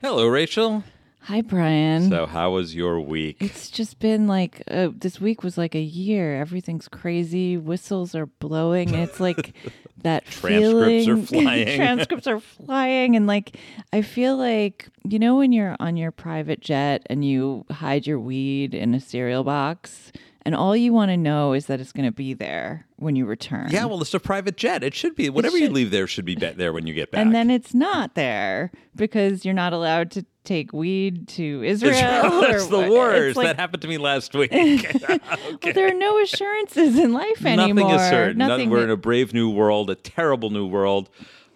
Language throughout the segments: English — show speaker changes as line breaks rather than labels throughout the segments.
Hello, Rachel.
Hi, Brian.
So, how was your week?
it's just been like uh, this week was like a year. Everything's crazy. Whistles are blowing. It's like that
Transcripts are
feeling-
flying.
transcripts are flying, and like I feel like you know when you're on your private jet and you hide your weed in a cereal box, and all you want to know is that it's going to be there when you return.
Yeah, well, it's a private jet. It should be whatever you
should-
leave there should be ba- there when you get back.
and then it's not there because you're not allowed to take weed to Israel. or
that's
what-
the
it's
worst.
like-
that happened to me last week. Nothing
Well, there are no assurances in life anymore.
is certain. Noth-
Nothing
We're
that-
in a brave new world, a terrible new world.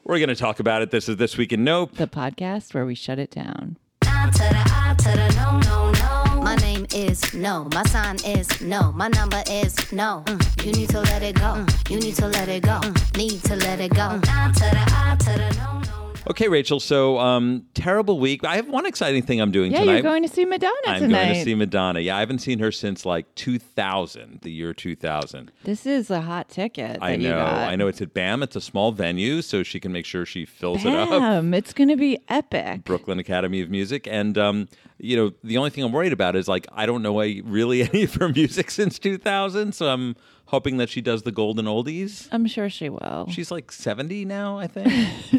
We're going to talk about it. This is this week in Nope.
the podcast where we shut it down.
I to the I to the no no no. My name is no. My sign is no. My number is no. Mm, You need to let it go. Mm, You need to let it go. Mm, Need to let it go. I to the I to the no no. no.
Okay, Rachel. So, um, terrible week. I have one exciting thing I'm doing
Yeah,
tonight.
you're going to see Madonna
I'm
tonight.
going to see Madonna. Yeah, I haven't seen her since like 2000, the year 2000.
this is a hot ticket.
I
that you
know.
got.
I know it's at BAM. It's a small venue, so she can make sure she fills it up.
Damn, it's going to be epic.
Brooklyn Academy of Music. And, um, you know, the only thing I'm worried about is like, I don't know any- really any of her music since 2000. So I'm hoping that she does the golden oldies.
I'm sure she will.
She's like 70 now, I think.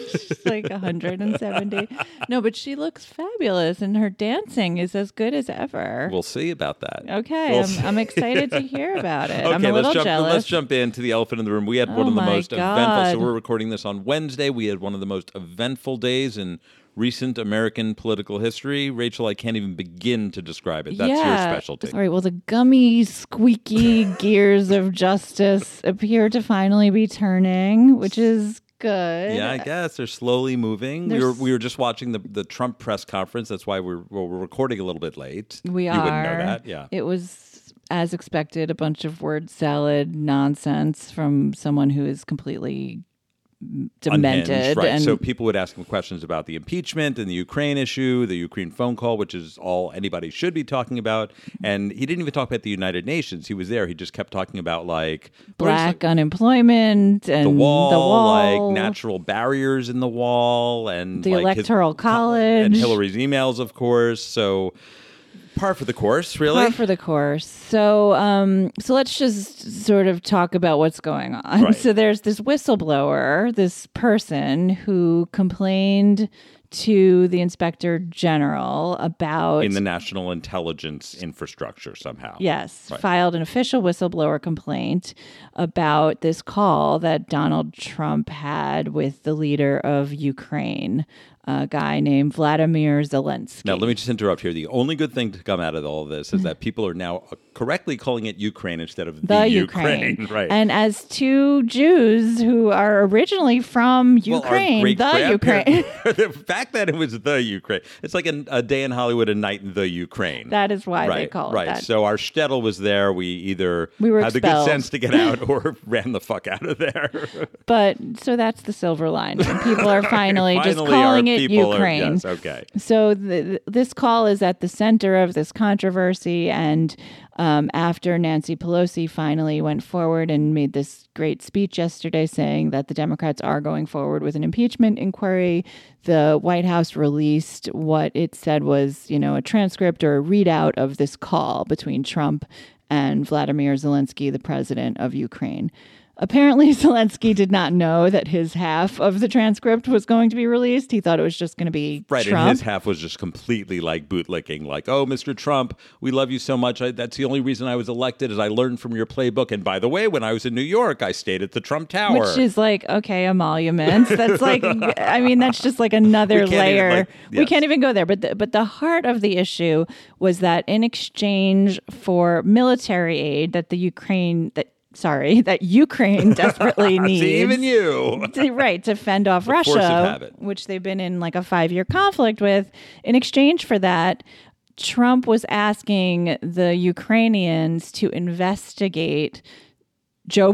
She's like 170. no, but she looks fabulous, and her dancing is as good as ever.
we'll see about that.
okay,
we'll see.
I'm, I'm excited to hear about it.
Okay,
I'm a little
let's jump.
jealous.
Let's jump into the elephant in the room. We had one
Oh
of the
my
most eventful. So
God.
we're recording this on Wednesday. We had one of the most eventful days in recent American political history. Rachel, I can't even begin to describe it. That's
yeah.
your specialty.
All right. Well, the gummy, squeaky gears of justice appear to finally be turning, which is good.
Yeah, I guess they're slowly moving. We
uh, They're
were,
s-
we were just watching the, the Trump press conference. That's why we're, we're we're recording a little bit late.
we
you
are.
wouldn't know that. Yeah.
It was, as expected, a bunch of word salad nonsense from someone who is completely
Unhinged,
demented.
right?
And
so people would ask him questions about the impeachment and the Ukraine issue, the Ukraine phone call, which is all anybody should be talking about. And he didn't even talk about the United Nations. He was there. He just kept talking about like what is
black unemployment and
the, the wall,
wall,
like natural barriers in the wall, and
The
like, his-
Electoral College.
and Hillary's emails, of course. So par for the course, really.
Par for the course. So, um, so let's just sort of talk about what's going on.
Right.
So there's this whistleblower, this person who complained to the inspector general about
in the national intelligence infrastructure somehow.
Yes,
Right.
filed an official whistleblower complaint about this call that Donald Trump had with the leader of Ukraine, a guy named Vladimir Zelensky.
Now, let me just interrupt here. The only good thing to come out of all this is that people are now uh, correctly calling it Ukraine instead of the,
Mm-hmm. the
Ukraine.
Ukraine.
Right.
And as two Jews who are originally from
Well, our
Ukraine, the
great-grandparent-
Ukraine.
the fact that it was the Ukraine. It's like an, a day in Hollywood, a night in the Ukraine.
that is why
right,
they call
right.
it that.
So our shtetl was there. We either
We were
had the good
expelled.
sense to get out or ran the fuck out of there.
but so that's the silver lining. People are finally, just
Finally,
calling
our
it
people are-
Ukraine.
yes, okay.
So th- this call is at the center of this controversy, and um, after Nancy Pelosi finally went forward and made this great speech yesterday, saying that the Democrats are going forward with an impeachment inquiry, the White House released what it said was, you know, a transcript or a readout of this call between Trump and Vladimir Zelensky, the president of Ukraine. Apparently, Zelensky did not know that his half of the transcript was going to be released. He thought it was just going to be
Right,
Trump.
and his half was just completely like bootlicking, like, "Oh, Mr. Trump, we love you so much. I, that's the only reason I was elected is I learned from your playbook. And by the way, when I was in New York, I stayed at the Trump Tower.
which is like okay emoluments that's like i mean that's just like another
We can't even,
layer
like-
we
yes.
can't even go there but the, but the heart of the issue was that in exchange for military aid that the ukraine that sorry that ukraine desperately needs
See, even you.
to- right to fend off
force of
Russia,
habit.
which they've been in like a five year conflict with. In exchange for that, Trump was asking the Ukrainians to investigate Joe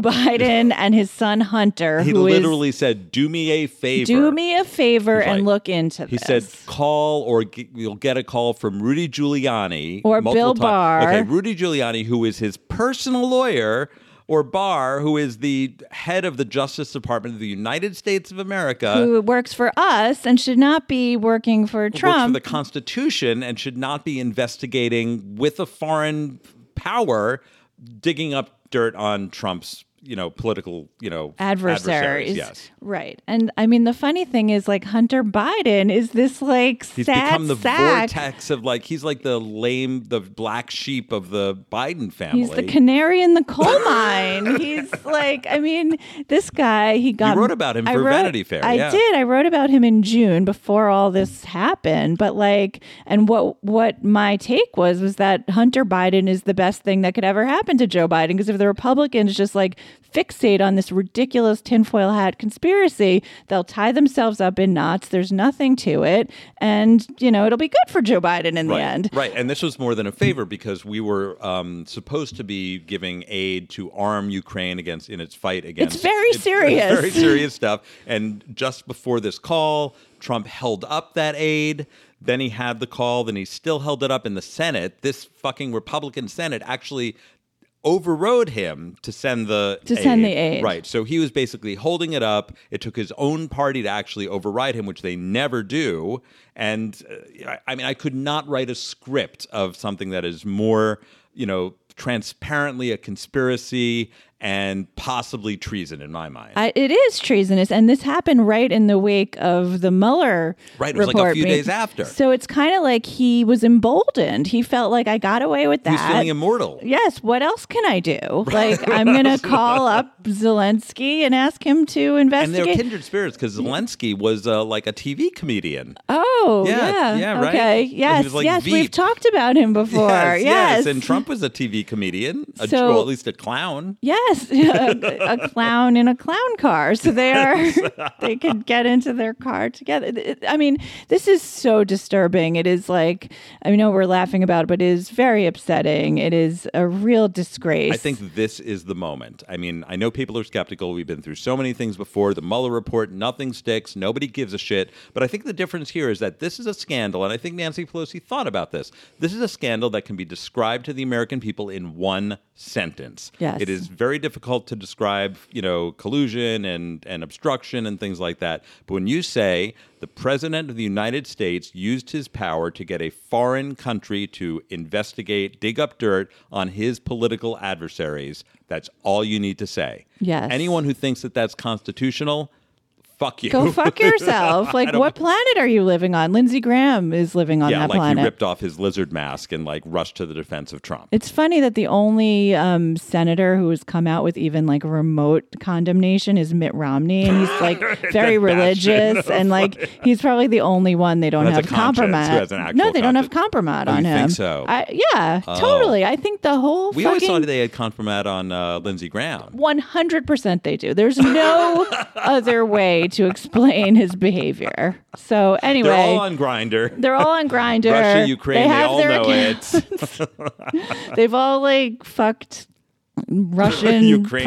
Biden and his son Hunter,
He
who is-
literally said, "Do me a favor."
do me a favor
He's
and
like-
look into
He
this.
said, "Call or g- you'll get a call from Rudy Giuliani
Or
multiple
Bill
times."
Barr.
Okay, Rudy Giuliani, who is his personal lawyer. or Barr, who is the head of the Justice Department of the United States of America,
who works for us and should not be working for
works for
Trump.
the Constitution and should not be investigating with a foreign power, digging up dirt on Trump's, you know, political, you know,
Adversaries.
Yes.
Right. And I mean, the funny thing is, like, Hunter Biden is this, like,
He's
sad
become the
sack.
vortex of like he's like the lame, the black sheep of the Biden family.
He's the canary in the coal mine. He's like, I mean, this guy, he got.
wrote about him
I
for
wrote-
Vanity Fair,
I
yeah.
did. I wrote about him in June before all this happened. But like, and what what my take was was that Hunter Biden is the best thing that could ever happen to Joe Biden because if the Republicans just like fixate on this ridiculous tinfoil hat conspiracy, they'll tie themselves up in knots. There's nothing to it, and you know it'll be good for Joe Biden in the
right,
end.
Right. And this was more than a favor because we were um, supposed to be giving aid to arm Ukraine against in its fight against.
very serious.
very serious stuff. And just before this call, Trump held up that aid. Then he had the call. Then he still held it up in the Senate. This fucking Republican Senate actually overrode him to send the
To send the aid.
right so he was basically holding it up it took his own party to actually override him which they never do and uh, I- i mean i could not write a script of something that is more you know transparently a conspiracy and possibly treason in my mind
I, it is treasonous, and this happened right in the wake of the Mueller
Right, it was
report.
like a few
being-
days after.
So it's kind of like he was emboldened. He felt like I got away with that.
he's feeling immortal
yes. What else can I do? Like I'm gonna call up Zelensky and ask him to
and they're
investigate.
kindred spirits because Zelensky was uh, like a TV comedian.
oh,
Yeah,
yeah,
yeah, right.
Okay.
He
Yes,
was like
yes. We've
Veep.
talked about him before.
yes,
Yes.
And Trump was a TV comedian, a,
So-
well, at least a clown.
Yes, a, a clown in a clown car. So they are they could get into their car together. It- it- I mean, this is so disturbing. It is like I know we're laughing about, it, but it is very upsetting. It is a real disgrace.
I think this is the moment. I mean, I know people are skeptical. We've been through so many things before. The Mueller report, nothing sticks. Nobody gives a shit. But I think the difference here is that this is a scandal, and I think Nancy Pelosi thought about this. This is a scandal that can be described to the American people in one sentence.
Yes.
It is very difficult to describe, you know, collusion and, and obstruction and things like that. But when you say the president of the United States used his power to get a foreign country to investigate, dig up dirt on his political adversaries, that's all you need to say.
Yes.
Anyone who thinks that that's constitutional, fuck you.
Go fuck yourself. Like, what planet are you living on? Lindsey Graham is living on
yeah,
that
like
planet.
he ripped off his lizard mask and like rushed to the defense of Trump.
It's funny that the only um, senator who has come out with even like remote condemnation is Mitt Romney, and he's like very religious, and like he's probably the only one they don't
That's a
have
conscience, who
compromat.
has an
no,
actual
they don't have
conscience.
compromat
Oh,
on
you
him.
think so? Oh.
I, yeah, totally. I think the whole
we always
fucking
thought they had compromat on uh, Lindsey Graham.
one hundred percent they do. There's no other way to explain his behavior. So anyway,
They're all on Grinder.
they're all on Grinder.
Russia, Ukraine, they, all know it.
They've all like fucked Russian
Ukrainian.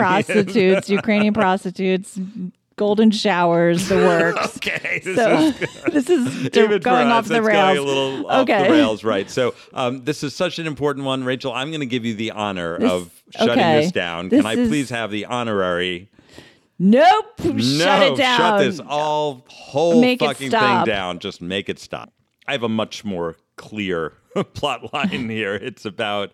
prostitutes, Ukrainian prostitutes, golden showers, the works.
Okay, this
So
is-
this is
even for
going
us,
off the
it's
rails.
Going a little off the rails, right? So um, this is such an important one, Rachel. I'm going to give you the honor of shutting
okay.
this down.
This
Can I
is-
please have the honorary?
Nope. shut
no,
it down.
Shut this all whole
Make it
fucking
stop.
thing down. Just make it stop. I have a much more clear plot line here. It's about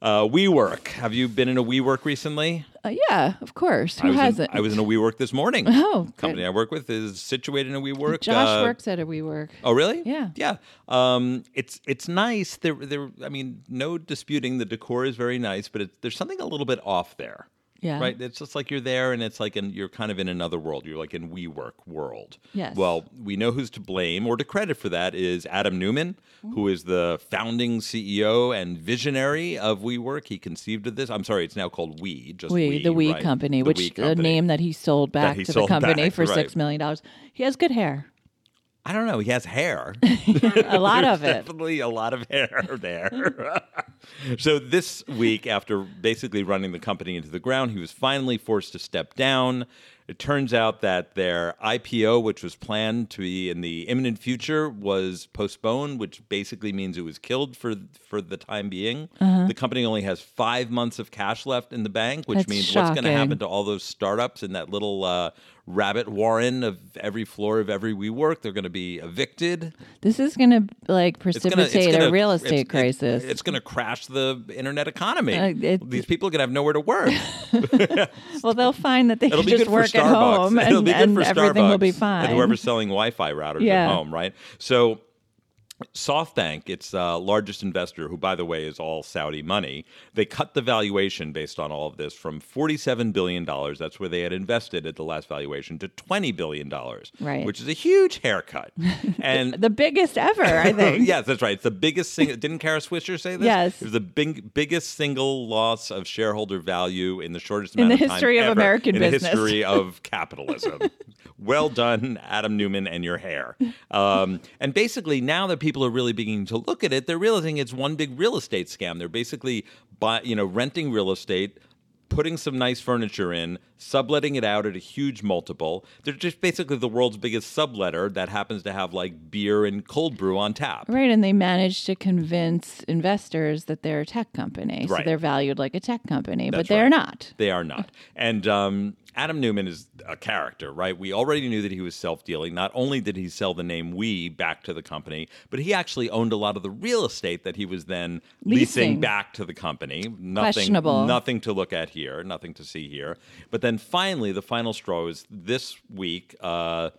uh, WeWork. Have you been in a WeWork recently?
Uh, yeah, of course.
I
Who
was
hasn't?
In, I was in a WeWork this morning.
Oh, good.
company I work with is situated in a WeWork. uh,
Josh works at a WeWork.
Oh, really?
Yeah.
Yeah. Um, it's it's nice. There, there. I mean, no disputing the decor is very nice, but it's there's something a little bit off there.
Yeah.
Right. It's just like you're there, and it's like in, you're kind of in another world. You're like in WeWork world.
Yes.
Well, we know who's to blame or to credit for that is Adam Newman, who is the founding CEO and visionary of WeWork. He conceived of this. I'm sorry, it's now called We. Just
We,
We,
the We
right?
Company,
The
which
We
the
Company.
name that he sold back
he
to
sold
the company
back,
for
right.
six million dollars. He has good hair,
I don't know. He has hair.
a lot of it.
Definitely a lot of hair there. so this week, after basically running the company into the ground, he was finally forced to step down. It turns out that their IPO, which was planned to be in the imminent future, was postponed, which basically means it was killed for for the time being.
Uh-huh.
The company only has five months of cash left in the bank, which
That's
means what's going to
shocking.
happen to all those startups in that little uh, rabbit warren of every floor of every WeWork? They're going to be evicted.
This is going to like
It's gonna- it's
precipitate
gonna-
a real
it's-
estate
it's-
crisis.
It's, going to crash the internet economy.
Uh, it-
These people are going to have nowhere to work.
well, they'll find that they
It'll
can
be good
just
for
work at
Starbucks.
home and,
It'll be good
and
for
everything will be
Starbucks And
fine.
whoever's selling Wi-Fi routers
Yeah.
at home, right? So. SoftBank, its uh, largest investor, who by the way is all Saudi money, they cut the valuation based on all of this from forty-seven billion dollars. That's where they had invested at the last valuation to twenty billion dollars,
Right.
Which is a huge haircut. And
the biggest ever, I think.
yes, that's right. It's the biggest single. Didn't Kara Swisher say this?
Yes.
It was the big, biggest single loss of shareholder value in the shortest
In
amount
the
of time
history of
ever
American
in
business.
the history of capitalism. well done, Adam Newman, and your hair. Um, and basically, now that people are really beginning to look at it, they're realizing it's one big real estate scam. They're basically, buy, you know, renting real estate. Putting some nice furniture in, subletting it out at a huge multiple. They're just basically the world's biggest subletter that happens to have like beer and cold brew on tap.
Right, and they managed to convince investors that they're a tech company, so
Right.
they're valued like a tech company, but
That's
they're
right.
not.
They are not. And um, Adam Newman is a character, right? We already knew that he was self dealing. Not only did he sell the name We back to the company, but he actually owned a lot of the real estate that he was then leasing,
Leasing.
back to the company. Nothing,
Questionable.
Nothing to look at here, nothing to see here. But then finally, the final straw is this week. Uh,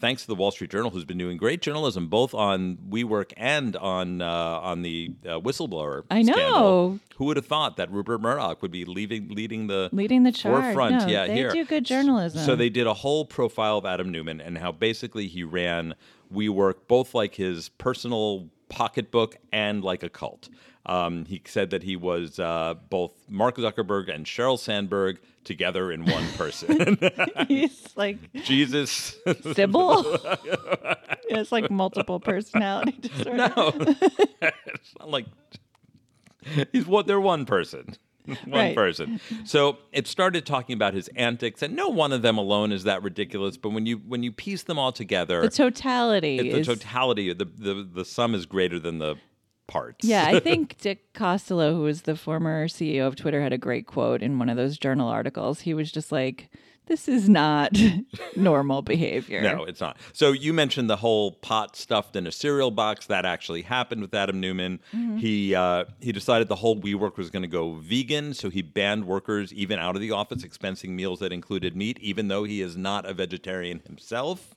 Thanks to the Wall Street Journal, who's been doing great journalism both on WeWork and on uh, on the uh, whistleblower.
I know.
scandal. Who would have thought that Rupert Murdoch would be leaving, leading the
Leading the charge.
forefront?
No,
yeah,
they
here
do good journalism.
So they did a whole profile of Adam Newman and how basically he ran WeWork both like his personal pocketbook and like a cult. Um, he said that he was uh, both Mark Zuckerberg and Sheryl Sandberg together in one person.
He's like
Jesus.
Sybil. it's like multiple personality disorder.
It's not like he's what they're one person. one
Right.
person. So it started talking about his antics, and no one of them alone is that ridiculous. But when you when you piece them all together,
The totality
it- the
is
totality, the, the the sum is greater than the parts.
Yeah, I think Dick Costolo, who was the former CEO of Twitter, had a great quote in one of those journal articles. He was just like, "This is not normal behavior."
No, it's not. So you mentioned the whole pot stuffed in a cereal box that actually happened with Adam Newman. He uh, he decided the whole WeWork was going to go vegan, so he banned workers even out of the office, expensing meals that included meat, even though he is not a vegetarian himself.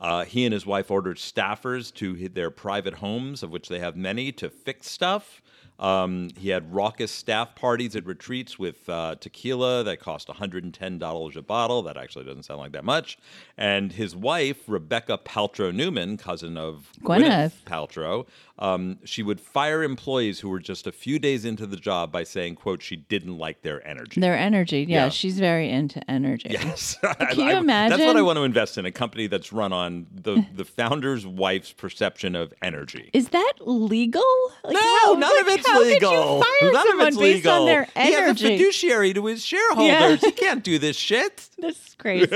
Uh, he and his wife ordered staffers to hi- their private homes, of which they have many, to fix stuff. Um, he had raucous staff parties at retreats with uh, tequila that cost $110 a bottle. That actually doesn't sound like that much. And his wife, Rebecca Paltrow Newman, cousin of
Gwyneth.
Gwyneth Paltrow, um, she would fire employees who were just a few days into the job by saying, quote, she didn't like their energy.
their energy. Yeah,
Yeah.
she's very into energy.
Yes. Can
you
That's what I
imagine?
want to invest in a company that's run on the, the founder's wife's perception of energy.
Is that legal? Like,
no,
how-
none
like,
of it's
how
legal.
Could you fire
none of
someone
it's
based
legal.
on their
He has a
energy.
fiduciary to his shareholders. he can't do this shit.
this is crazy.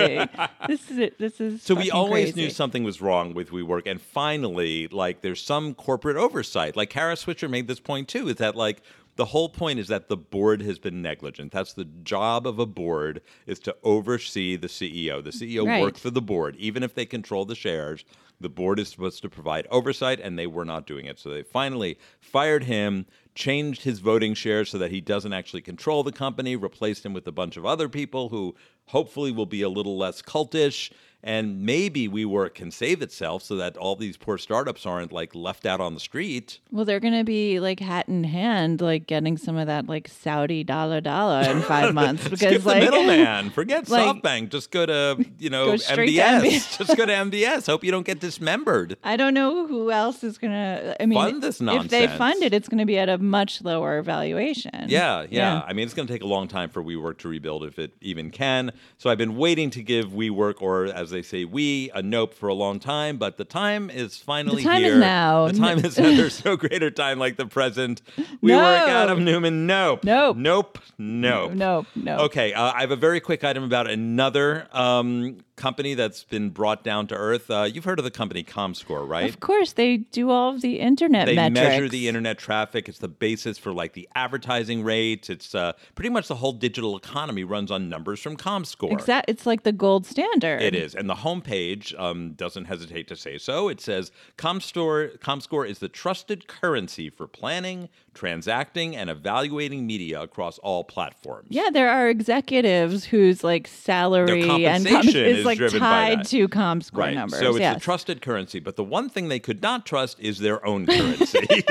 this is it. This is
So we
fucking
always
crazy.
knew something was wrong with WeWork, and finally, like, there's some corporate oversight. Like Kara Swisher made this point too, is that like the whole point is that the board has been negligent. That's the job of a board is to oversee the CEO. The CEO
Right.
works for the board, even if they control the shares. The board is supposed to provide oversight, and they were not doing it. So they finally fired him, changed his voting shares so that he doesn't actually control the company, replaced him with a bunch of other people who hopefully will be a little less cultish. And maybe WeWork can save itself so that all these poor startups aren't like left out on the street.
Well, they're gonna be like hat in hand, like getting some of that like Saudi dollar dollar in five months because
Skip the
like
middleman. Forget
like-
SoftBank. Just go to you know
Go straight to
MBS.
MBS.
Just go to MBS. Hope you don't get dismembered.
I don't know who else is gonna. I mean,
Fund this
if they
nonsense.
fund it, it's gonna be at a much lower valuation.
Yeah, yeah. I mean, it's going to take a long time for WeWork to rebuild if it even can. So I've been waiting to give WeWork, or as they say we, a nope for a long time, but the time is finally
time is
here.
now.
The time is now. There's no greater time like the present. We were at
No.
Adam Newman. Nope.
Nope.
Nope. Nope.
No, no.
Okay, uh, I have a very quick item about another um, company that's been brought down to earth. Uh, you've heard of the company ComScore, right?
Of course, they do all of the internet
They
metrics.
measure the internet traffic. It's the basis for like the advertising rates. It's uh, pretty much the whole digital economy runs on numbers from ComScore.
Exact. It's like the gold standard.
It is. And the homepage um, doesn't hesitate to say so. It says ComStore, ComScore is the trusted currency for planning, transacting, and evaluating media across all platforms.
Yeah, there are executives whose like salary and
compensation is
is like
driven by
tied
that.
to comp score
Right.
numbers.
So it's
yes.
a trusted currency. But the one thing they could not trust is their own currency.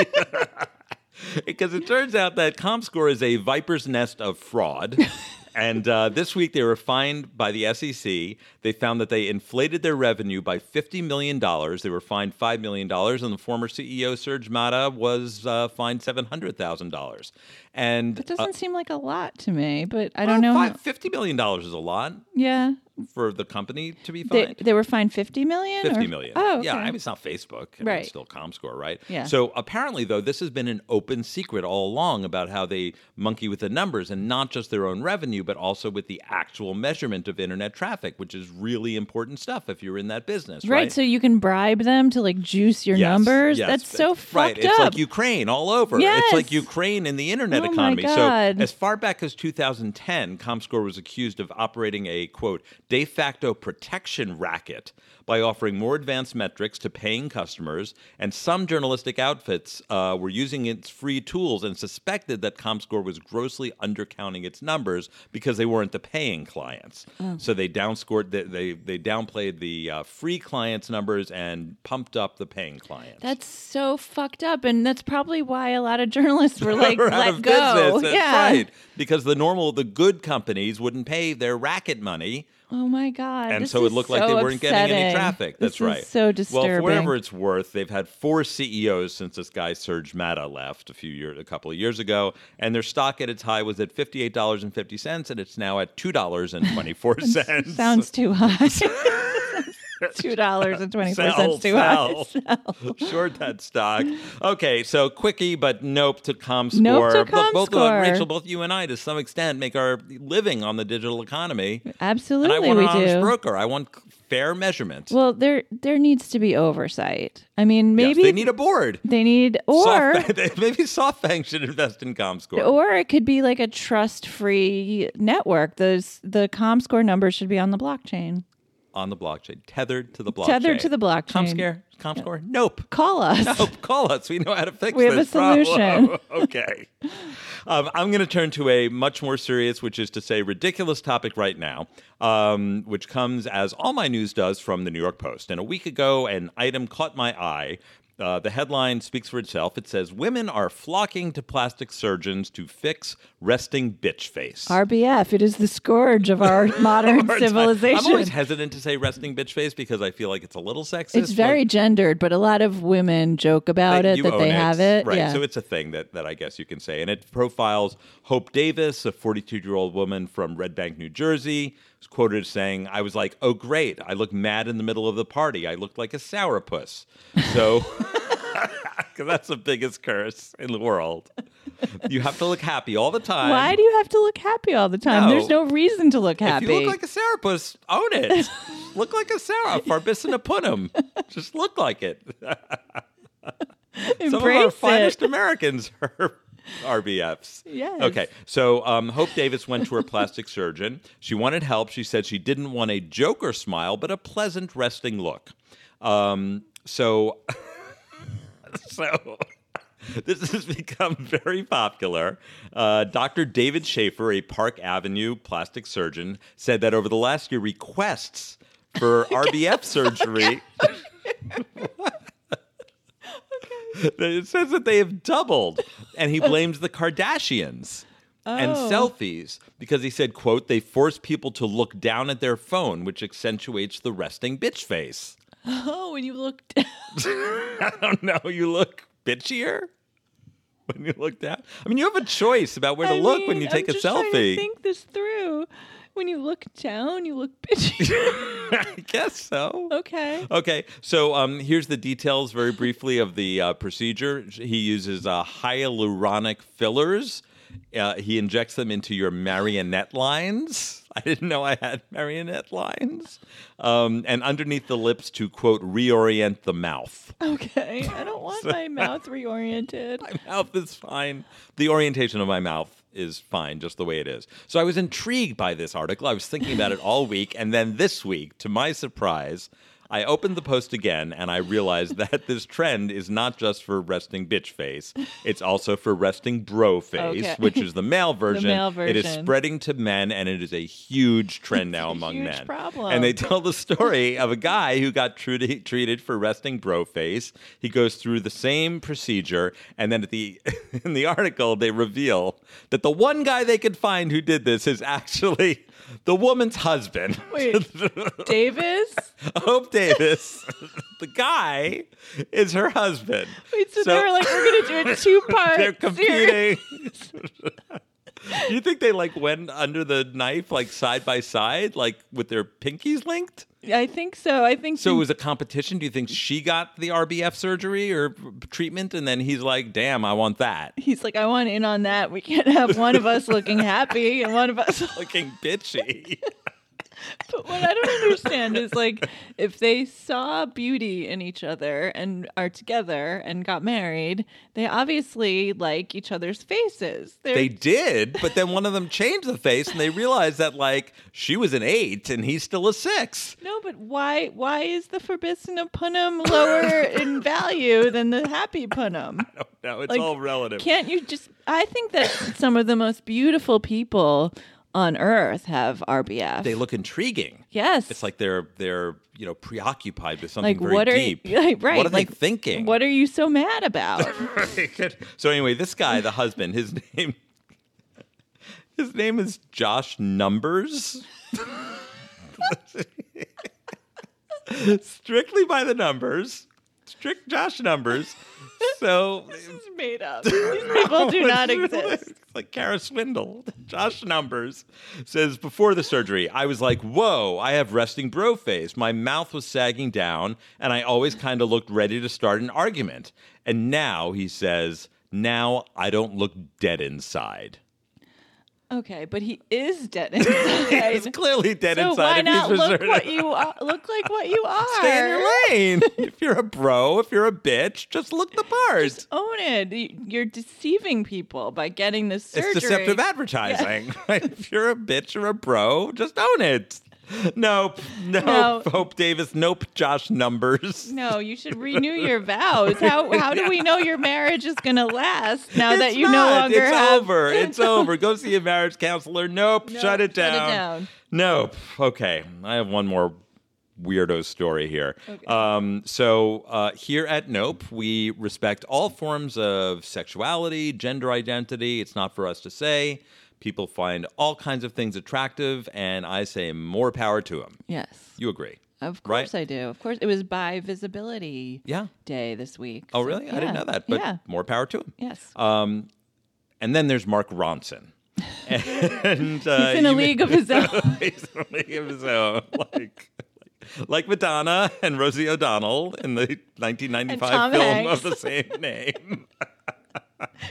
Because it turns out that ComScore is a viper's nest of fraud. And uh, this week they were fined by the SEC. They found that they inflated their revenue by $50 million. They were fined $5 million. And the former CEO, Serge Mata, was uh, fined $700,000. And
It doesn't seem like a lot to me, but I don't know.
five-
how-
$50 million is a lot
yeah,
for the company to be fined.
they, they were fined fifty million. or-
Fifty million.
Oh, okay.
yeah. I mean, it's not Facebook. I mean,
Right.
it's still ComScore, right?
Yeah.
So apparently, though, this has been an open secret all along about how they monkey with the numbers and not just their own revenue, but also with the actual measurement of internet traffic, which is really important stuff if you're in that business,
right,
right?
So you can bribe them to like juice your
Yes,
numbers.
yes.
That's so fucked
right.
up.
It's like Ukraine all over. It's like
Yes.
Ukraine in the internet
Oh my
economy.
God.
So as far back as 2010, ComScore was accused of operating a quote de facto protection racket by offering more advanced metrics to paying customers, and some journalistic outfits uh, were using its free tools and suspected that ComScore was grossly undercounting its numbers because they weren't the paying clients. So they downscored, they they, they downplayed the uh, free clients' numbers and pumped up the paying clients.
That's so fucked up, and that's probably why a lot of journalists were like,
We're out
"Let
of
go."
business. That's
yeah.
right. Because the normal, the good companies wouldn't pay their racket money.
Oh my god.
And
this
so it
is
looked like they
so
weren't getting any
upsetting.
traffic. That's
This is
right.
so disturbing.
Well, for whatever it's worth, they've had four CEOs since this guy Serge Matta left a few years, a couple of years ago, and their stock at its high was at fifty eight dollars and fifty cents, and it's now at two dollars and twenty four cents.
Sounds too high. Two dollars and twenty four
Sell,
cents too high.
sell. Short that stock. Okay, so quickie, but nope to ComScore.
Nope to
Look, both of,
ComScore.
Rachel, both you and I, to some extent, make our living on the digital economy.
Absolutely,
and I want
we
an honest
do.
broker. I want fair measurement.
Well, there there needs to be oversight. I mean,
Yes,
maybe
they need a board.
they need- or Oh.
SoftBank, maybe SoftBank should invest in ComScore.
or it could be like a trust free network. Those the ComScore numbers should be on the blockchain.
on the blockchain, tethered to the blockchain.
Tethered to the blockchain.
ComScore. ComScore. Nope.
Call us.
Oh, call us. We know how to fix
We have a
this problem.
solution.
okay. Um, I'm going to turn to a much more serious, which is to say, ridiculous topic right now, um, which comes as all my news does from the New York Post. And a week ago, an item caught my eye. Uh, the headline speaks for itself. It says, Women are flocking to plastic surgeons to fix resting bitch face.
RBF. It is the scourge of our modern
Or it's-
civilization.
I'm always hesitant to say resting bitch face because I feel like it's a little sexist.
it's very
but-
gendered, but a lot of women joke about
that
it
you
that
own
they have it.
Right.
Yeah.
So it's a thing that, that I guess you can say. And it profiles Hope Davis, a 42 year old woman from Red Bank, New Jersey, who's quoted as saying, I was like, oh, great. I look mad in the middle of the party. I looked like a sourpuss. So. 'cause that's the biggest curse in the world. You have to look happy all the time.
Why do you have to look happy all the time?
No.
There's no reason to look happy.
If you look like a sourpuss, own it. look like a sour, Farbissinapunum. Just look like it. Some of our
Embrace it.
finest Americans are RBFs.
Yes.
Okay. So um, Hope Davis went to her plastic surgeon. She wanted help. She said she didn't want a Joker smile, but a pleasant, resting look. Um, so, so. This has become very popular. Uh, Dr. David Schaefer, a Park Avenue plastic surgeon, said that over the last year, requests for RBF surgery it says that they have doubled and he blames the kardashians and
Oh.
selfies because he said quote they force people to look down at their phone which accentuates the resting bitch face
Oh, when you look.
i don't know you look bitchier when you look down i mean you have a choice about where to
I
look when
mean,
you take
I'm
a
just trying to
selfie
think this through. when you look down, you look bitchy.
I guess so.
okay.
Okay, so um, here's the details very briefly of the uh, procedure. He uses uh, hyaluronic fillers. Uh, he injects them into your marionette lines. I didn't know I had marionette lines. Um, and underneath the lips to, quote, reorient the mouth.
Okay. I don't want my mouth reoriented.
My mouth is fine. The orientation of my mouth is fine, just the way it is. So I was intrigued by this article. I was thinking about it all week. And then this week, to my surprise, I opened the post again and I realized that this trend is not just for resting bitch face, it's also for resting bro face,
Okay.
which is the male version.
male
It is
version.
spreading to men and it is a huge trend now
a
among
huge
men.
problem.
And they tell the story of a guy who got treated, treated for resting bro face. He goes through the same procedure, and then at the in the article they reveal that the one guy they could find who did this is actually the woman's husband.
Wait. Davis?
Hope Davis, the guy, is her husband.
Wait, so, they were like, we're going to do a two part.
they're competing. you think they like went under the knife like side by side, like with their pinkies linked?
I think so. I think
So it was a competition. Do you think she got the RBF surgery or treatment, and then he's like, "Damn, I want that."
he's like, I want in on that. We can't have one of us looking happy and one of us.
Looking bitchy.
But what I don't understand is like, if they saw beauty in each other and are together and got married, they obviously like each other's faces. They're,
they did, but then one of them changed the face, and they realized that like she was an eight and he's still a six.
no, but why? Why is the forbidden punum lower in value than the happy punum?
No, it's
Like,
all relative.
Can't you just? I think that some of the most beautiful people on earth have RBF.
They look intriguing.
yes,
It's like they're they're you know preoccupied with something
like
very
what are
deep.
like, right?
What are
like,
they thinking?
What are you so mad about?
so anyway, this guy, the husband, his name his name is Josh Numbers. Strictly by the numbers. Strict Josh numbers. So
This is made up. These people do not exist.
It's like Kara Swindle, Josh Numbers says before the surgery, I was like, "Whoa, I have resting bro face. My mouth was sagging down, and I always kind of looked ready to start an argument. And now he says, now I don't look dead inside.
Okay, but he is dead inside.
He's clearly dead
so
inside.
why
if he's
not look
reserved.
what you are, look like what you are?
Stay in your lane. if you're a bro, if you're a bitch, just look the part.
Own it. You- You're deceiving people by getting this surgery.
It's deceptive advertising. if you're a bitch or a bro, just own it. Nope. Nope.
No.
Hope Davis. Nope. Josh Numbers.
No, you should renew your vows. How how do we know your marriage is going to last now that
It's
you no
not.
longer
It's
have?
over. It's over. Go see a marriage counselor. Nope. shut it
shut it
down.
down.
Nope. Okay. I have one more weirdo story here. Um, so uh, here at Nope, we respect all forms of sexuality, gender identity. It's not for us to say. People find all kinds of things attractive, and I say more power to them.
Yes,
You agree?
of
Right?
course I do. Of course, it was by visibility
Yeah.
day this week.
Oh,
So,
really? I didn't know
yeah.
that. But Uh,
yeah,
more power to him.
yes,
And then there's Mark Ronson. and, uh,
it's in a
you may-
league of his own.
He's only himself, like, like Madonna and Rosie O'Donnell in the 1995
And Tom
film
Hanks.
of the same name.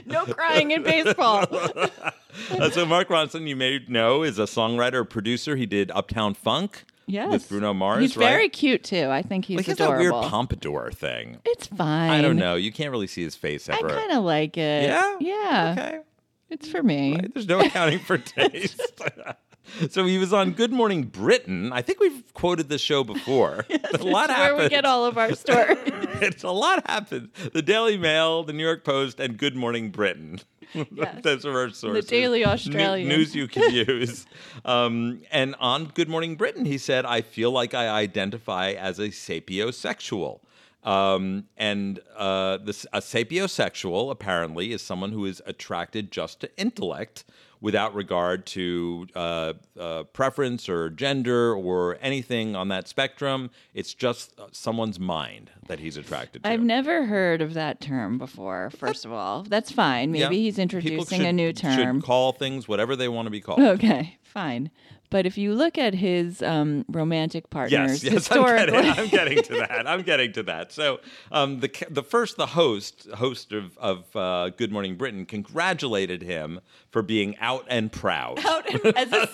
No crying in baseball.
Uh, so Mark Ronson, you may know, is a songwriter, producer. He did Uptown Funk
Yes.
with Bruno Mars.
He's
right?
very cute too. I think he's
Like he's that
adorable.
weird pompadour thing.
it's fine.
I don't know. You can't really see his face
I
ever.
kind of like it.
Yeah?
Yeah.
Okay.
It's for me.
Right? There's no accounting for taste. so he was on Good Morning Britain. I think we've quoted this show before. a lot
It's
happened.
where we get all of our stories.
it's a lot happened. The Daily Mail, the New York Post, and Good Morning Britain. Those are our sources.
Daily
New-
Australian.
news you can use. Um, and on Good Morning Britain, he said, "I feel like I identify as a sapiosexual." Um, and uh, this a sapiosexual apparently is someone who is attracted just to intellect without regard to uh, uh, preference or gender or anything on that spectrum. It's just uh, someone's mind that he's attracted to.
I've never heard of that term before, first of all. That's fine.
Yeah.
Maybe he's
People
introducing a
should-
new term.
Should call things whatever they want to be called.
okay, fine. But if you look at his um, romantic
Yes,
partners
yes,
historically,
I'm getting, I'm getting to that. I'm getting to that. So um, the ca- the first, the host, host of of uh, Good Morning Britain, congratulated him for being out and proud.
out as a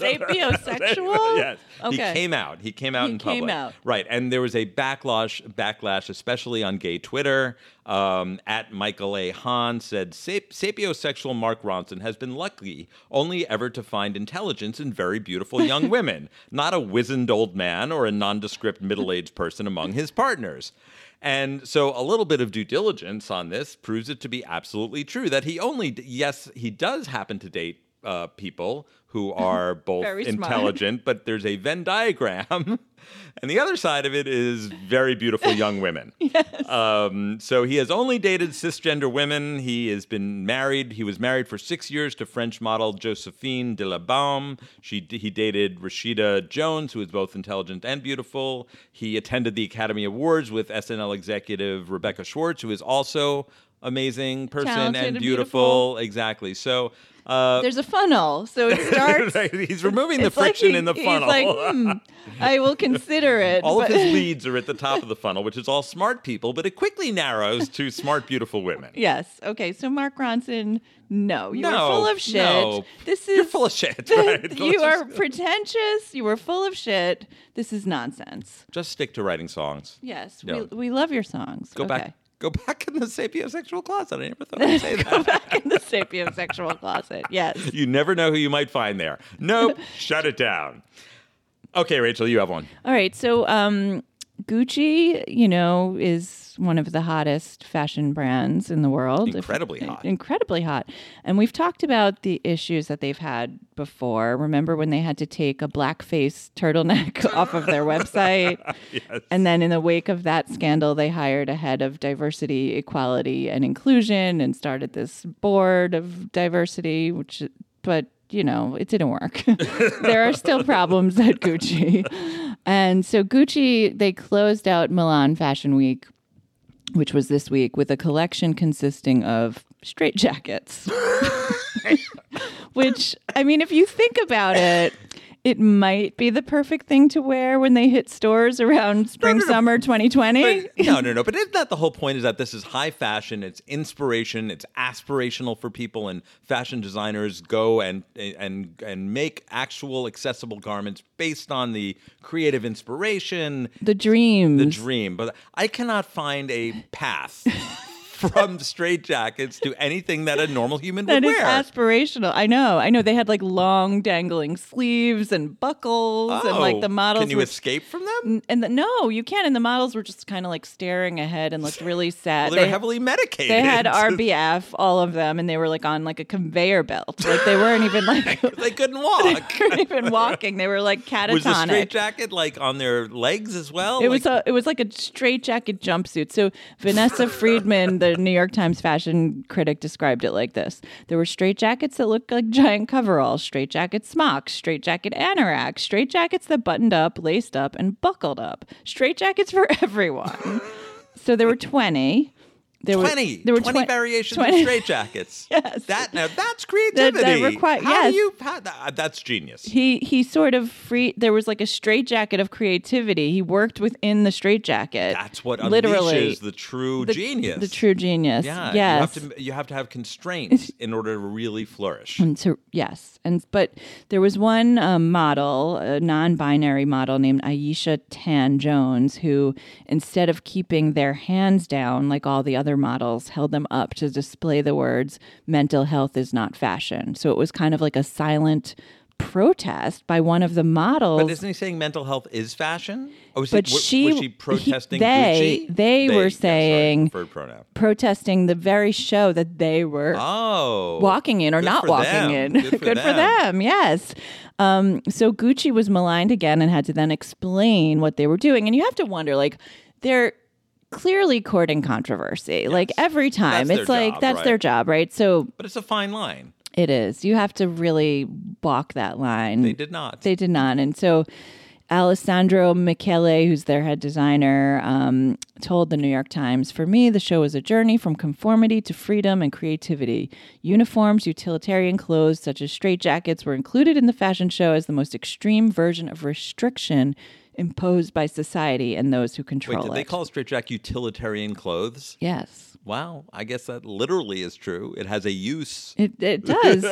sapiosexual.
yes, he
Okay.
came out. He came out
He
in
came
public.
out.
Right, and there was a backlash, backlash, especially on gay Twitter. Um, at Michael A. Hahn said, "Sap- "Sapiosexual Mark Ronson has been lucky only ever to find intelligence in very beautiful young women, not a wizened old man or a nondescript middle-aged person among his partners." And so, a little bit of due diligence on this proves it to be absolutely true that he only, yes, he does happen to date uh, people who are both
Very
intelligent
smart.
intelligent, but there's a Venn diagram, and the other side of it is very beautiful young women. um, so he has only dated cisgender women. He has been married. He was married for six years to French model Josephine de la Baume. She he dated Rashida Jones, who is both intelligent and beautiful. He attended the Academy Awards with SNL executive Rebecca Schwartz, who is also amazing person
Talented and
beautiful. Exactly. So. Uh,
There's a funnel, so it starts.
he's removing the
it's like
friction
he-
in the
he's
funnel.
like, "Hmm, I will consider it.
all of
but-
his leads are at the top of the funnel, which is all smart people, but it quickly narrows to smart, beautiful women.
Yes. Okay. So Mark Ronson, no, you were
No,
full of shit.
no.
This is
You're full of shit, right?
you
Let's
are
just-
pretentious. You were full of shit. This is nonsense.
Just stick to writing songs.
Yes,
No.
we, we love your songs.
Go
okay.
back. Go back in the sapiosexual closet. I never thought I'd say that.
Go back in the sapiosexual closet. Yes.
You never know who you might find there. Nope. shut it down. Okay, Rachel, you have one.
All right. So um, Gucci, you know, is one of the hottest fashion brands in the world. If-
Incredibly hot.
Incredibly hot. And we've talked about the issues that they've had before. Remember when they had to take a blackface turtleneck off of their website? And then in the wake of that scandal, they hired a head of diversity, equality, and inclusion and started this board of diversity, which, but you know, it didn't work. there are still problems at Gucci. And so Gucci, they closed out Milan Fashion Week which was this week, with a collection consisting of straitjackets. which, I mean, if you think about it, it might be the perfect thing to wear when they hit stores around spring,
no, no.
summer 2020.
no, no, no. But isn't that the whole point? Is that this is high fashion? It's inspiration. It's aspirational for people, and fashion designers go and and and make actual accessible garments based on the creative inspiration,
The dreams.
the dream. But I cannot find a path from straitjackets to anything that a normal human
that
would
is
wear.
aspirational. I know. I know. They had like long dangling sleeves and buckles, and like the models.
Oh, can you
were-
escape from them?
and the, no, you can't. And the models were just kind of like staring ahead and looked really sad.
Well, they're
They-
heavily medicated.
They had RBF, all of them, and they were like on like a conveyor belt. Like they weren't even like
they couldn't walk.
couldn't even walking. They were like catatonic.
Was the straitjacket like on their legs as well?
It
Like-
was a, it was like a straight jacket jumpsuit. So Vanessa Friedman, the New York Times fashion critic, described it like this: There were straight jackets that looked like giant coveralls, straight jacket smocks, straight jacket anoraks, straight jackets that buttoned up, laced up, and buckled up. Straight jackets for everyone. so there were twenty. There were-
20,
there were
20
twen-
variations
20
of straitjackets.
Yes.
That now that's creativity. That,
requi-
how
yes.
do you how, that, that's genius.
he he sort of free there was like a straitjacket of creativity he worked within the straitjacket
That's what
literally
unleashes the true genius.
the true genius
yeah.
yes
You have to you have to have constraints in order to really flourish.
and so yes and but there was one um, model a non-binary model named aisha tan jones who instead of keeping their hands down like all the other models held them up to display the words mental health is not fashion so it was kind of like a silent protest by one of the models
But isn't he saying mental health is fashion? Oh, was
But
he, wa-
she-
was
he-
she protesting
they-
Gucci?
they were
yeah, sorry,
saying-
preferred pronoun.
protesting the very show that they were
Oh,
walking in or
good
not
for
walking
them.
in. them. Yes. Um, so Gucci was maligned again and had to then explain what they were doing. And you have to wonder, like, they're clearly courting controversy. Like every time,
That's
it's
their
like
job,
that's
right.
their job, right? So
But it's a fine line.
it is. You have to really walk that line.
They did not.
They did not. And so Alessandro Michele, who's their head designer, um, told the New York Times For me, the show was a journey from conformity to freedom and creativity. Uniforms, utilitarian clothes, such as straitjackets, were included in the fashion show as the most extreme version of restriction imposed by society and those who
Wait,
control
did
it.
they call straitjacket utilitarian clothes?
yes.
Wow, I guess that literally is true. It has a use.
It, it does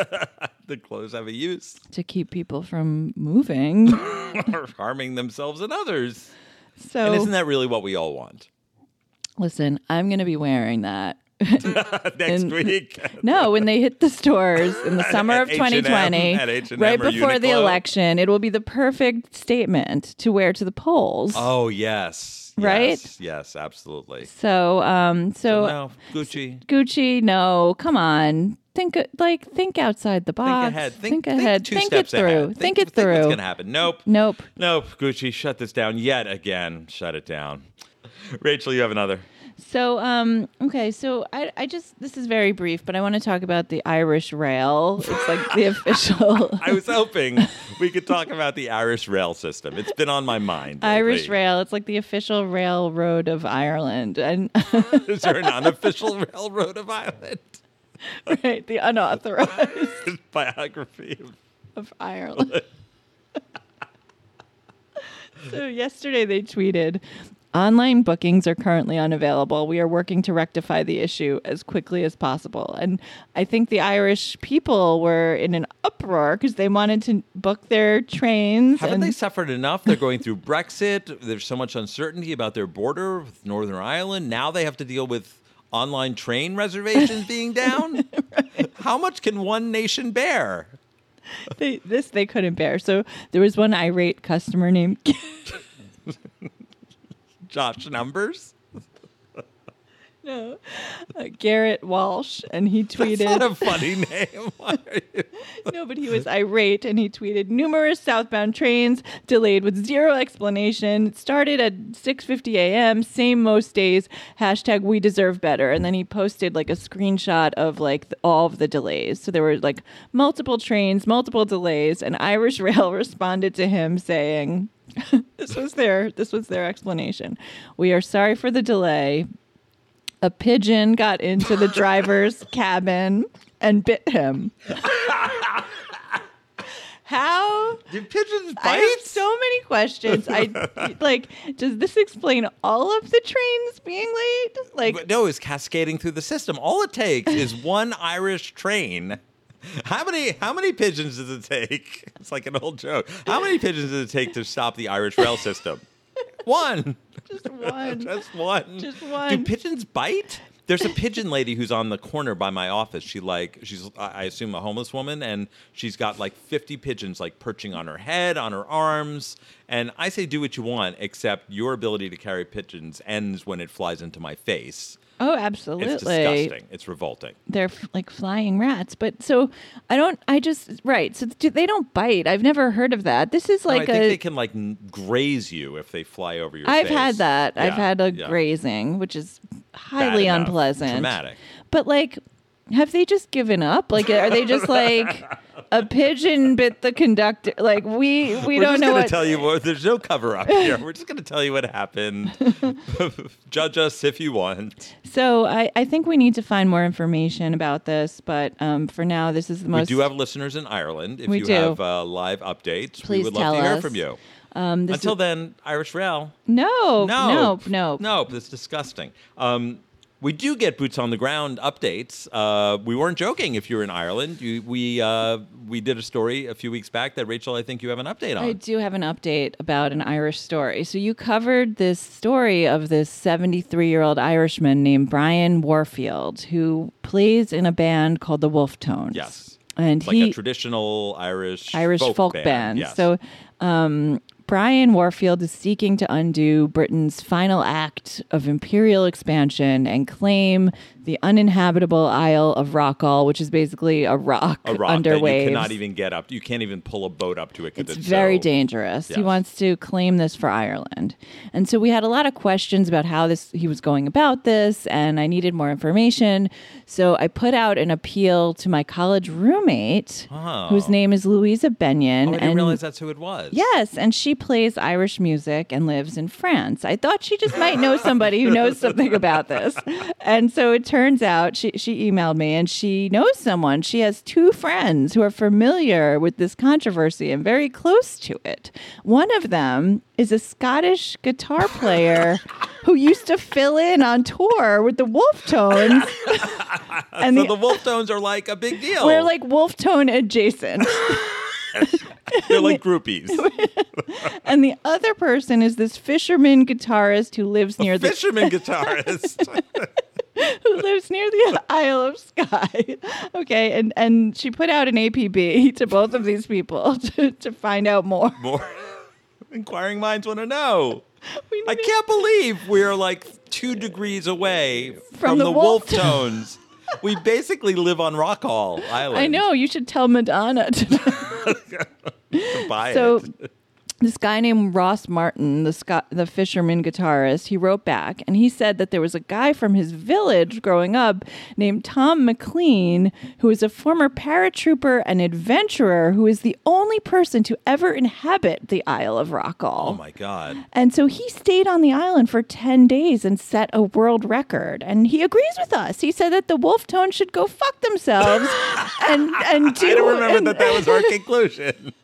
the clothes have a use,
to keep people from moving.
harming themselves and others.
So
And isn't that really what we all want?
listen, I'm going to be wearing that.
Next
And-
week.
No, when they hit the stores in the summer of
At H&M,
2020,
at H&M
right
or
before the
Uniqlo.
election, it will be the perfect statement to wear to the polls.
oh yes.
Right?
Yes, yes absolutely.
So, um, so
Wow, Gucci.
Gucci, no, come on, think like think outside the box.
Think ahead.
think, ahead.
Two
think
steps
it through.
ahead.
Think, it
Think what's
through.
gonna happen? Nope.
Nope.
Nope. Gucci, shut this down yet again. Shut it down. Rachel, you have another.
So, um, okay, so I, I just this is very brief, but I want to talk about the Irish Rail. It's like the official.
I was hoping we could talk about the Irish rail system. It's been on my mind. lately.
Irish Rail. It's like the official railroad of Ireland, and
Is there an unofficial railroad of Ireland?
right, the unauthorized
Biography. of-
of Ireland. so yesterday they tweeted, "Online bookings are currently unavailable. We are working to rectify the issue as quickly as possible." And I think the Irish people were in an uproar because they wanted to book their trains.
Haven't
and-
they suffered enough? They're going through Brexit. There's so much uncertainty about their border with Northern Ireland. Now they have to deal with online train reservations being down. How much can one nation bear?
they, this they couldn't bear. So there was one irate customer named
Josh numbers?
no, uh, Garrett Walsh, and he
That's not
tweeted
a funny name. Why are you-
no, but he was irate, and he tweeted numerous southbound trains delayed with zero explanation. It started at 6:50 a.m. Same most days. Hashtag We deserve better. And then he posted like a screenshot of like th- all of the delays. So there were like multiple trains, multiple delays, and Irish Rail responded to him saying. this was their this was their explanation. We are sorry for the delay, a pigeon got into the driver's cabin and bit him. How?
Do pigeons
I have
bite?
so many questions. I like. Does this explain all of the trains being late? Like,
But no, it's cascading through the system. All it takes is one Irish train. How many how many pigeons does it take? It's like an old joke. How many pigeons does it take to stop the Irish rail system? One.
just one.
Just one.
Just one.
Do pigeons bite? There's a pigeon lady who's on the corner by my office. She like she's I I assume a homeless woman, and she's got like 50 pigeons like perching on her head, on her arms. And I say do what you want, except your ability to carry pigeons ends when it flies into my face.
Oh, absolutely.
It's disgusting. It's revolting.
they're f- like flying rats. But so I don't. I just right. So do- they don't bite. I've never heard of that. This is
No,
like
I think
a.
they can like n- graze you if they fly over your
I've
face.
had that. I've
Yeah,
had a
yeah.
grazing, which is
Bad
highly
enough.
unpleasant.
Traumatic.
But like, have they just given up? Like, are they just like a pigeon bit the conductor? Like we we
We're
don't
just
know
gonna
what.
tell you what. There's no cover up here. We're just gonna tell you what happened. Judge us if you want.
So I I think we need to find more information about this. But um, for now, this is the
We
most.
do have listeners in Ireland. If
We
you
do.
have uh, live updates,
Please
we would
tell
love to hear
us.
from you.
um, this
Until
is,
then, Irish Rail.
no
No,
no no
no. That's disgusting. Um, we do get boots on the ground updates. Uh, we weren't joking. If you're in Ireland, you, we uh, we did a story a few weeks back that Rachel, I think you have an update on.
I do have an update about an Irish story. So you covered this story of this 73-year-old Irishman named Brian Warfield who plays in a band called the Wolf Tones.
Yes.
And
It's like
he
a traditional Irish
Irish folk, band.
Yes.
So um, Brian Warfield is seeking to undo Britain's final act of imperial expansion and claim the uninhabitable Isle of Rockall, which is basically a rock,
a rock
under
that
waves.
you cannot even get up. You can't even pull a boat up to it. 'cause
It's, very
so-
dangerous. He
Yes.
wants to claim this for Ireland. And so we had a lot of questions about how this he was going about this and I needed more information. So I put out an appeal to my college roommate whose name is Louisa Benyon
Oh, I didn't
and
realize that's who it was.
Yes, and she plays Irish music and lives in France. I thought she just might know somebody who knows something about this. And so it turns out she, she emailed me and she knows someone. She has two friends who are familiar with this controversy and very close to it. One of them is a Scottish guitar player who used to fill in on tour with the Wolf Tones. and
So
the-
the wolf tones are like a big deal.
we're like Wolf Tone adjacent.
they're like groupies.
and the other person is this fisherman guitarist who lives near the
Fisherman guitarist.
who lives near the Isle of Skye. Okay, and and she put out an APB to both of these people to, to find out more.
More inquiring minds want to know.
We
I
need-
can't believe we're like two degrees away from,
the
the,
wolf
wolf tones. we basically live on Rockall Island.
I know you should tell Madonna. To,
To buy
so
it.
this guy named Ross Martin, the Scott, the fisherman guitarist, he wrote back and he said that there was a guy from his village growing up named Tom McLean who is a former paratrooper and adventurer who is the only person to ever inhabit the Isle of Rockall.
Oh my God.
And so he stayed on the island for 10 days and set a world record. And he agrees with us. He said that the wolf tone should go fuck themselves and, and, do,
I don't remember
and,
that that was our conclusion.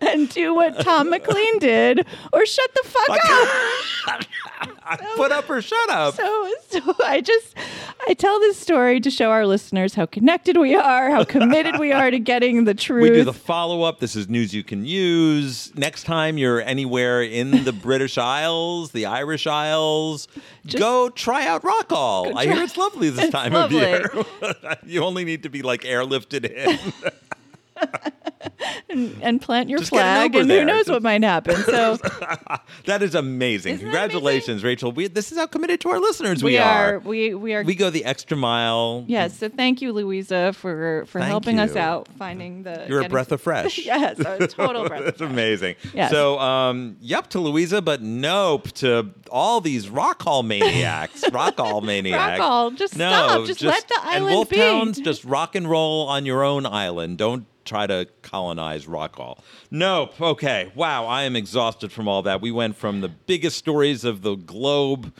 and do what Tom McLean did or shut the fuck up.
Put up or shut up.
So, so I just, I tell this story to show our listeners how connected we are, how committed we are to getting the truth.
we do the follow up. This is news you can use. Next time you're anywhere in the British Isles, the Irish Isles, go try out Rockall. I hear it's lovely this time
lovely.
of year. you only need to be like airlifted in.
and plant your
Just get an
flag
Uber
and who
there.
knows what might happen. So
That is amazing.
Isn't that
Congratulations, Rachel. We, this is how committed to our listeners we,
we
are.
are, we, we are
We go the extra mile.
Yes, so thank you, Louisa, for for
Thank
helping us
you.
out finding the.
You're a
getting-
breath of fresh.
yes, a total breath. of
That's amazing.
Yes.
So, um, yep to Louisa, but nope to all these rock hall maniacs. rock hall maniacs.
Rockall, just
no,
stop. Just let the
and
island
wolf
be.
towns. Just rock and roll on your own island. Don't try to colonize rock hall. Nope. Okay. Wow. I am exhausted from all that. We went from the biggest stories of the globe,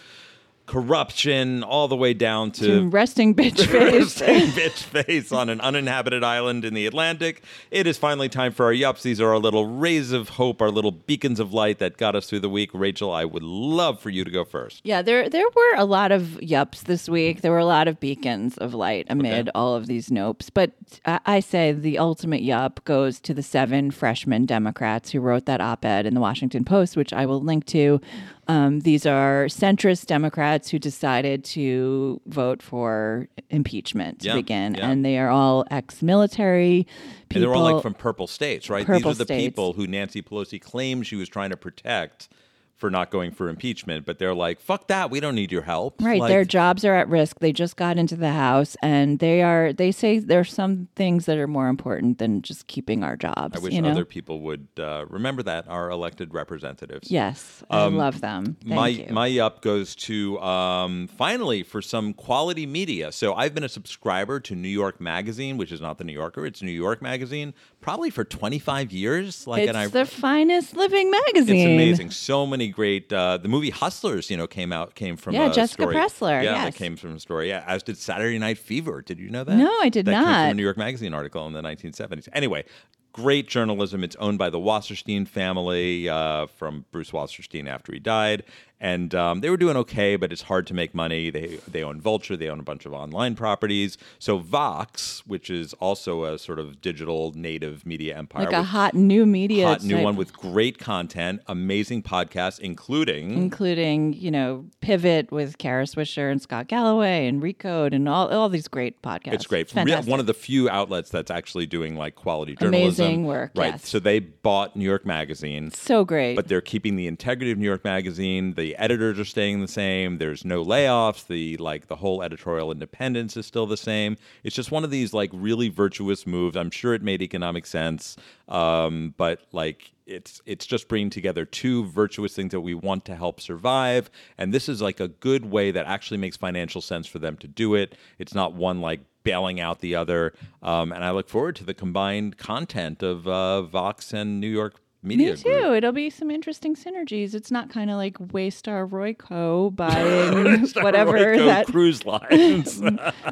corruption, all the way down
fresh.
to
Resting bitch face.
Same bitch face on an uninhabited island in the Atlantic. It is finally time for our yups. These are our little rays of hope, our little beacons of light that got us through the week. Rachel, I would love for you to go first.
yeah, there there were a lot of yups this week. There were a lot of beacons of light amid all of these nopes. But I, I say the ultimate yup goes to the seven freshman Democrats who wrote that op-ed in the Washington Post, which I will link to. Um, these are centrist Democrats who decided to vote for impeachment to
Yeah,
begin,
yeah.
and they are all ex-military people.
And they're all like from purple states, right? These
Purple
are the
states.
people who Nancy Pelosi claimed she was trying to protect for not going for impeachment, but they're like, fuck that. We don't need your help.
Right,
Like,
their jobs are at risk. They just got into the house, and they are. They say there are some things that are more important than just keeping our jobs.
I wish
you know?
other people would uh, remember that, our elected representatives.
Yes, I love them. Thank
Um, my
you.
my up goes to um, finally for some quality media. So I've been a subscriber to New York Magazine, which is not the New Yorker; it's New York Magazine, probably for twenty five years. Like,
it's
and I
the finest living magazine.
it's amazing. So many great. Uh, the movie Hustlers, you know, came out came from
Yeah,
a
Jessica
story.
Pressler,
Yeah,
yes.
that came from a story. Yeah, as did Saturday Night Fever. Did you know that?
No, I did
that Came
not.
from a New York Magazine article in the 1970s. Anyway. Great journalism. It's owned by the Wasserstein family uh, from Bruce Wasserstein after he died, and um, they were doing okay, but it's hard to make money. They they own Vulture, they own a bunch of online properties. So Vox, which is also a sort of digital native media empire,
Like a
with-
hot new media.
hot new
type,
one with great content, amazing podcasts,
Mm,
including
including you know Pivot with Kara Swisher and Scott Galloway and Recode and all all these great podcasts.
it's great. Re-
Fantastic.
One of the few outlets that's actually doing like quality journalism.
Amazing work,
Right.
yes.
So they bought New York Magazine,
so great.
but they're keeping the integrity of New York Magazine, the the editors are staying the same. There's no layoffs. The like the whole editorial independence is still the same. It's just one of these like really virtuous moves. I'm sure it made economic sense, um, but like it's it's just bringing together two virtuous things that we want to help survive and this is like a good way that actually makes financial sense for them to do it it's not one like bailing out the other um, and i look forward to the combined content of uh, vox and new york media
Me too.
Group.
It'll be some interesting synergies. It's not kind of like Waystar Royco buying whatever
Royco
that
cruise lines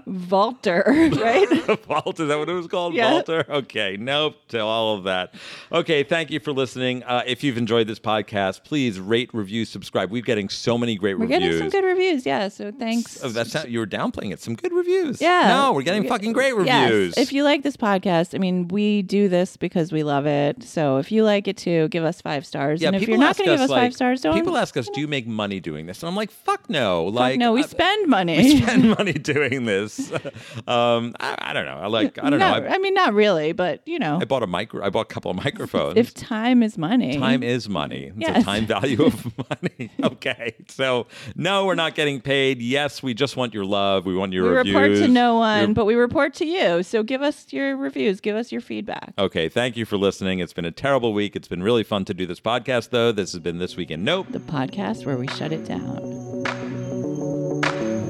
Valter, right?
Vault, is that what it was called?
Yeah.
Walter? Okay, nope to all of that. Okay, thank you for listening. Uh, if you've enjoyed this podcast, please rate, review, subscribe. We're getting so many great
We're
reviews.
getting some good reviews. Yeah. So thanks.
Oh, that's not, you were downplaying it. Some good reviews.
Yeah.
No, we're getting fucking great
Yes.
reviews.
If you like this podcast, I mean, we do this because we love it. So if you like it too, give us five stars.
yeah,
and if
people
you're not
ask
going to give us
like-
five stars, don't.
People ask us, do you make money doing this? And I'm like, fuck no.
Fuck
Like,
no, we
I-
spend money.
we spend money doing this. um, I, I don't know. I like. I don't
no,
know. I,
I mean, not really, but you know,
I bought a micro. I bought a couple of microphones.
if time is money,
Time is money. It's a
Mm-hmm. Yes.
time value of money. okay. So, no, we're not getting paid. Yes, we just want your love. We want your
we
reviews.
report to no one,
Your-
but we report to you. So give us your reviews, give us your feedback.
Okay. Thank you for listening. It's been a terrible week. It's been really fun to do this podcast, though. This has been This Week in Nope.
The podcast where we shut it down.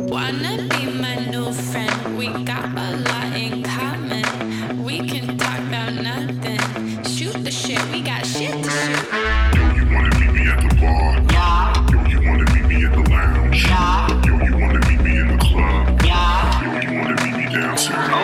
Wanna be my new friend? We got a lot in common. We can talk about nothing. Shoot the shit, we got shit to shoot.
Yo, you wanna meet me at the bar?
Yeah,
Yo, you wanna meet me at the lounge?
yeah,
Yo, you wanna meet me in the club?
yeah.
Yo, you wanna meet me downtown?